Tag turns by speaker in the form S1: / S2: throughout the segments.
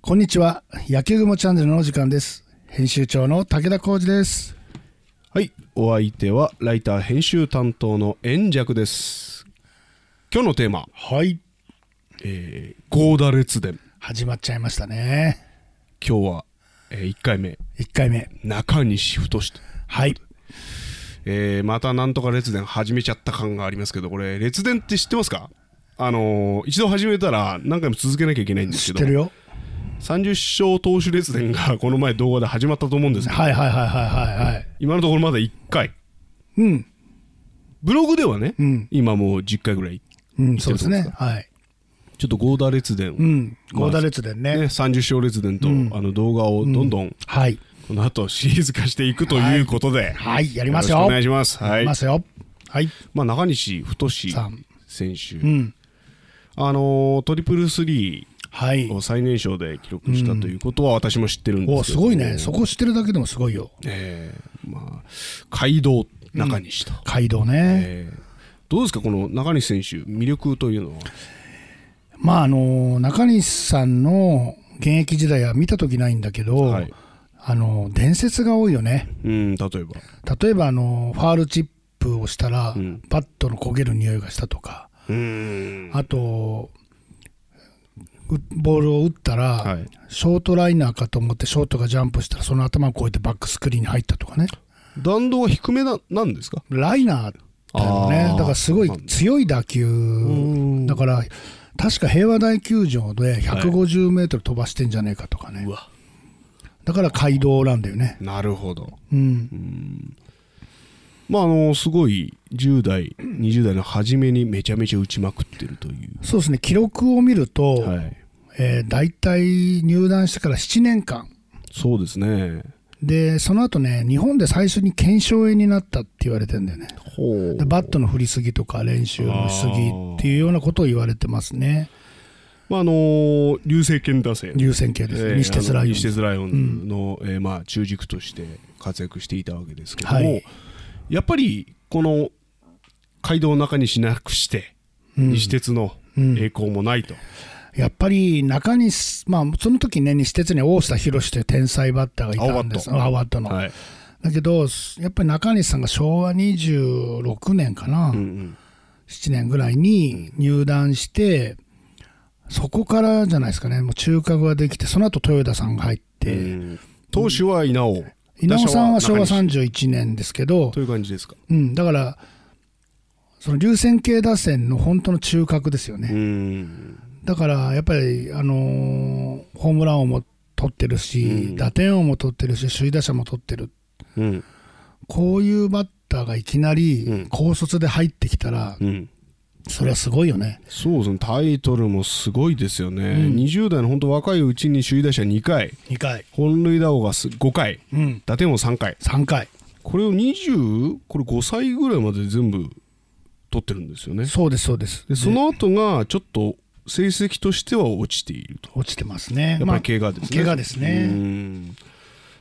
S1: こんにちは。野球雲チャンネルのお時間です。編集長の武田浩二です。
S2: はい、お相手はライター編集担当の円尺です。今日のテーマ、
S1: はい。
S2: えー、ゴーダ列伝。
S1: 始まっちゃいましたね。
S2: 今日は、え1回目、
S1: 1回目。
S2: 中西太志。
S1: はい。
S2: えー、またなんとか列伝始めちゃった感がありますけど、これ、列伝って知ってますかあのー一度始めたら何回も続けなきゃいけないんです
S1: 知っ
S2: け
S1: てる
S2: ど、
S1: よ。
S2: 30勝投手列伝がこの前動画で始まったと思うんですけど、
S1: はいはいはいはいはいはい。
S2: 今のところまだ1回。
S1: うん。
S2: ブログではね、
S1: うん
S2: 今もう10回ぐらい。
S1: うん、そうです
S2: 知って
S1: ね
S2: る。
S1: はい。
S2: ちょっとゴーダ列伝を
S1: うん。ゴーダ列伝ね。
S2: ね、30勝列伝と、あの動画をどんどん
S1: はい。
S2: この後シリーズ化していくということで、
S1: はい。やり
S2: よろ
S1: ま
S2: し
S1: す
S2: く
S1: よ。
S2: お願いします。は
S1: や
S2: い
S1: りま。すよ。はい。
S2: まあ中西太志
S1: さん
S2: 選手、
S1: うん。
S2: あのートリプルスリ
S1: はい
S2: ー。を最年少で記録したということは私も知ってるんで
S1: お
S2: すけ
S1: す
S2: ど、
S1: ごいね。そこ知ってるだけでもすごいよ。
S2: えーまあ街道中西と、
S1: 街道ね。
S2: えーどうですかこの中西選手魅力というのは、
S1: まああの中西さんの現役時代は見た時ないんだけど、
S2: はい
S1: あの伝説が多いよね
S2: うん例えば
S1: 例えばあのファールチップをしたら、
S2: ん
S1: バットの焦げる匂いがしたとか
S2: うーん
S1: あとうボールを打ったら、
S2: はい
S1: ショートライナーかと思ってショートがジャンプしたらその頭を越えてバックスクリーンに入ったとかね
S2: 弾道は低めななんですか
S1: ライナーだよ
S2: あ
S1: ね
S2: ー
S1: だからすごい強い打球
S2: ん
S1: だから確か平和大球場で150メートル飛ばしてんじゃねえかとかね、
S2: わ
S1: だから街道なんだよね。
S2: なるほど
S1: うん。
S2: まああのすごい10代20代の初めにめちゃめちゃ打ちまくってるとい
S1: そうですね。記録を見ると、
S2: う、はい、
S1: えー大体入団してから7年間。
S2: そうですね
S1: で、その後ね、日本で最初に腱鞘炎になったって言われてんだよね。
S2: ほう
S1: でバットの振りすぎとか練習のしすぎっていうようなことを言われてますね。
S2: まああの流星拳打線
S1: 流線形ですね。西鉄
S2: あ
S1: ラ
S2: の
S1: イオン
S2: 西
S1: ズ。
S2: 鉄ライオンズの、えーまあ、中軸として活躍していたわけですけども、
S1: はい
S2: やっぱりこの街道の中にしなくして、西鉄の栄光もないと、
S1: やっぱり中西、まあ、その時ね、西鉄に大下博士という天才バッターがいたんです。
S2: 青バット
S1: 青バットの。
S2: はい
S1: だけど、やっぱり中西さんが昭和26年かな。
S2: うん
S1: 7年ぐらいに入団して、そこからじゃないですかね、もう中核ができて、その後豊田さんが入っ
S2: う
S1: て、
S2: ん、投手は稲尾
S1: 稲尾さんは昭和
S2: 打者中西
S1: 31年ですけど
S2: と、いう感じですか
S1: うん、だから、その流線形打線の本当の中核ですよ
S2: う
S1: ね。
S2: ん
S1: だからやっぱり、あのーホームランをも取ってるし、打点王も取ってるし、首位打者も取ってる、
S2: うん
S1: こういうバッターがいきなり高卒で入ってきたら、
S2: うん
S1: それはすごいよね。
S2: そうですねタイトルもすごいですよね、20代の本当若いうちに首位打者2回
S1: 2回、
S2: 本塁打王がす5回
S1: うん、
S2: 打点王3回
S1: 3回。
S2: これを20これ5歳ぐらいまで全部取ってるんですよね
S1: そうです、そうです。
S2: でその後がちょっと成績としては落ちていると
S1: 落ちてますね。
S2: やっぱり怪我ですね、
S1: まあ怪我ですね
S2: うん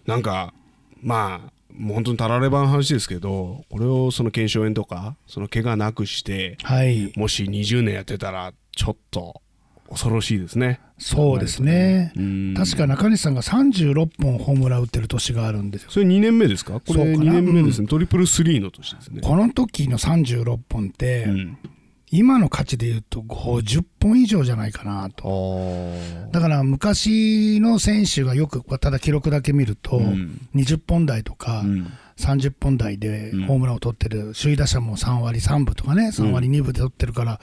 S2: なんかまあもう本当にたらればの話ですけどこれをその腱鞘炎とかその怪我なくして
S1: はい。
S2: もし20年やってたらちょっと恐ろしいですね。
S1: そうですね。
S2: うん
S1: 確か中西さんが36本ホームラン打ってる年があるんですよ。
S2: それ2年目ですかこれ
S1: そうかな
S2: 2年目ですね、トリプルスリーの年ですね。
S1: この時の36本って、今の価値で言うと50本以上じゃないかなと。だから昔の選手がよく、ただ記録だけ見ると、20本台とか、30本台でホームランを取ってる、首位打者も3割3分とかね、3割2分で取ってるから、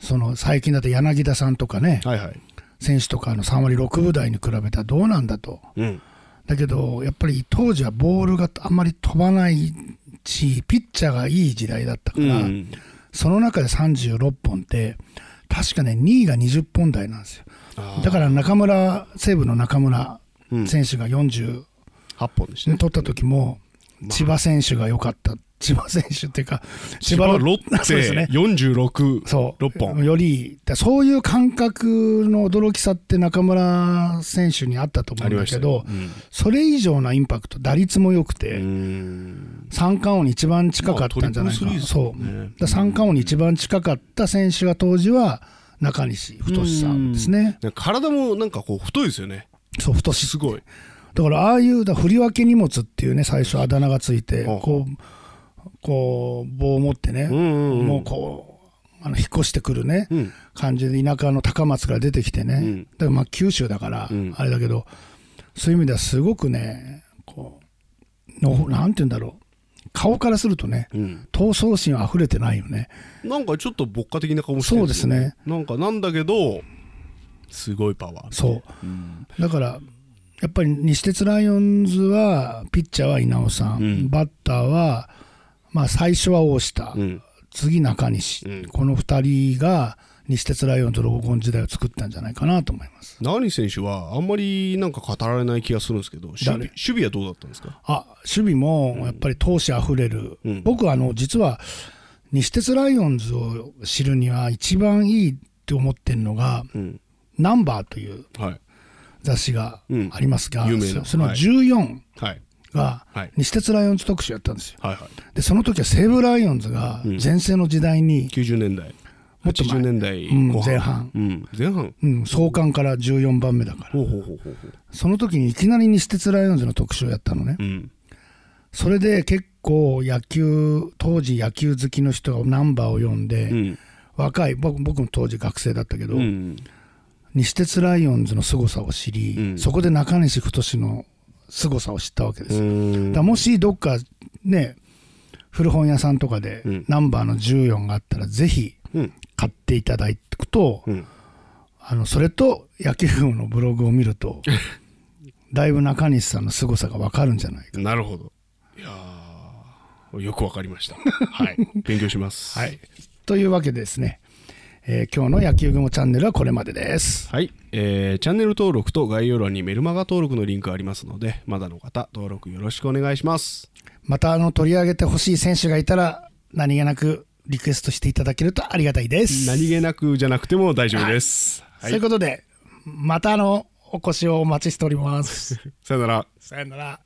S1: その最近だと柳田さんとかね、
S2: はいはい。
S1: 選手とかの3割6分台に比べたらどうなんだと、
S2: うん。
S1: だけどやっぱり当時はボールがあんまり飛ばないし、ピッチャーがいい時代だったか
S2: う
S1: ら、
S2: ん。
S1: その中で36本って、確かね、2位が20本台なんですよ、
S2: あ
S1: だから中村、西武の中村
S2: うん
S1: 選手が40、
S2: 8本でした
S1: 取
S2: ね。
S1: った時も、千葉選手が良かった、千葉選手っていうか、
S2: 千葉ロ
S1: そうです
S2: ッ
S1: ね
S2: テ46、
S1: そう
S2: 6本。
S1: よりだそういう感覚の驚きさって中村選手にあったと思うんだけど、
S2: ありまし
S1: それ以上なインパクト打率も良くて、
S2: うん。
S1: 三冠王に一番近かったんじゃないかな、
S2: まあトリプルスリーです
S1: そ
S2: もん
S1: うだ
S2: ね
S1: から三冠王に一番近かった選手が当時は中西太さんですね。
S2: なんか体もなんかこう太いですよね
S1: そう太し
S2: すごい
S1: だからああいうだ振り分け荷物っていうね最初あだ名がついて
S2: うん
S1: こうこう棒を持ってね、
S2: んうんうん
S1: もうこうあの引っ越してくるね、
S2: ん
S1: 感じで田舎の高松から出てきてね、だ
S2: ん
S1: からまあ九州だから
S2: ん
S1: あれだけど、そういう意味ではすごくねこうのなんて言うんだろう顔からするとね、
S2: うん
S1: 闘争心あふれてないよね
S2: なんかちょっと牧歌的な顔してるんよ
S1: そうです
S2: なんかなんだけどすごいパワー
S1: そう、だからやっぱり西鉄ライオンズはピッチャーは稲尾さん、
S2: うん
S1: バッターは、まあ、最初は大下、
S2: うん
S1: 次中西、
S2: うん
S1: この2人が西鉄ライオンズの黄金時代を作ったんじゃないかなと思います
S2: 何選手はあんまりなんか語られない気がするんですけど守備
S1: 誰
S2: 守備はどうだったんですか
S1: あ守備もやっぱり闘志あふれる、
S2: うん
S1: 僕はあの実は西鉄ライオンズを知るには一番いいって思ってるのが
S2: うん
S1: 「ナンバーという
S2: はい
S1: 雑誌がありますが、
S2: うん有名な
S1: そその
S2: はい
S1: 14、
S2: はい
S1: が
S2: はい
S1: 西鉄ライオンズ特集やったんですよ。
S2: はいはい
S1: で、その時は西武ライオンズが全盛の時代に、
S2: 90年代
S1: もっと前
S2: 80年代
S1: うん
S2: 後半
S1: 前半
S2: うん前半
S1: うん、創刊から14番目だから、
S2: ほうほうほうほうほう
S1: その時にいきなり西鉄ライオンズの特集をやったのね。
S2: うん
S1: それで結構野球、当時野球好きの人がナンバーを読んで、
S2: うん
S1: 若い僕、僕も当時学生だったけど、
S2: うん
S1: 西鉄ライオンズの凄さを知り、
S2: うん
S1: そこで中西太の凄さを知ったわけですよ。
S2: うん
S1: だからもしどっかね古本屋さんとかで
S2: うん
S1: ナンバーの14があったらぜひ
S2: うん
S1: 買っていただくと、
S2: うん
S1: あのそれと野球部のブログを見る とだいぶ中西さんの凄さが分かるんじゃないか
S2: なるほどいやーよくわかり ましたはい勉強します
S1: はいというわけでですね、えー今日の「野球雲チャンネル」はこれまでです。
S2: はい、えーチャンネル登録と概要欄にメルマガ登録のリンクありますのでまだの方登録よろしくお願いします
S1: またあの取り上げてほしい選手がいたら何気なくリクエストしていただけるとありがたいです。
S2: 何気なくじゃなくても大丈夫です、
S1: と
S2: はい
S1: いうことでまたあのお越しをお待ちしております。
S2: さよなら
S1: さよなら。